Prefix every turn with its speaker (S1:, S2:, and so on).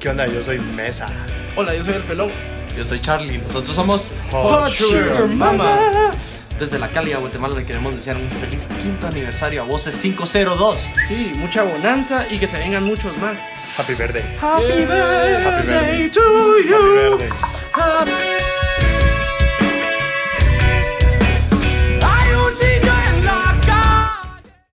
S1: ¿Qué onda? Yo soy Mesa.
S2: Hola, yo soy el Pelón.
S3: Yo soy Charlie, nosotros somos
S1: Hot Sugar Mama.
S3: Desde la Cálida Guatemala le queremos desear un feliz quinto aniversario a Voces 502.
S2: Sí, mucha bonanza y que se vengan muchos más.
S1: Happy Verde.
S3: Happy
S1: Happy birthday
S3: to
S1: Happy Verde.
S3: Happy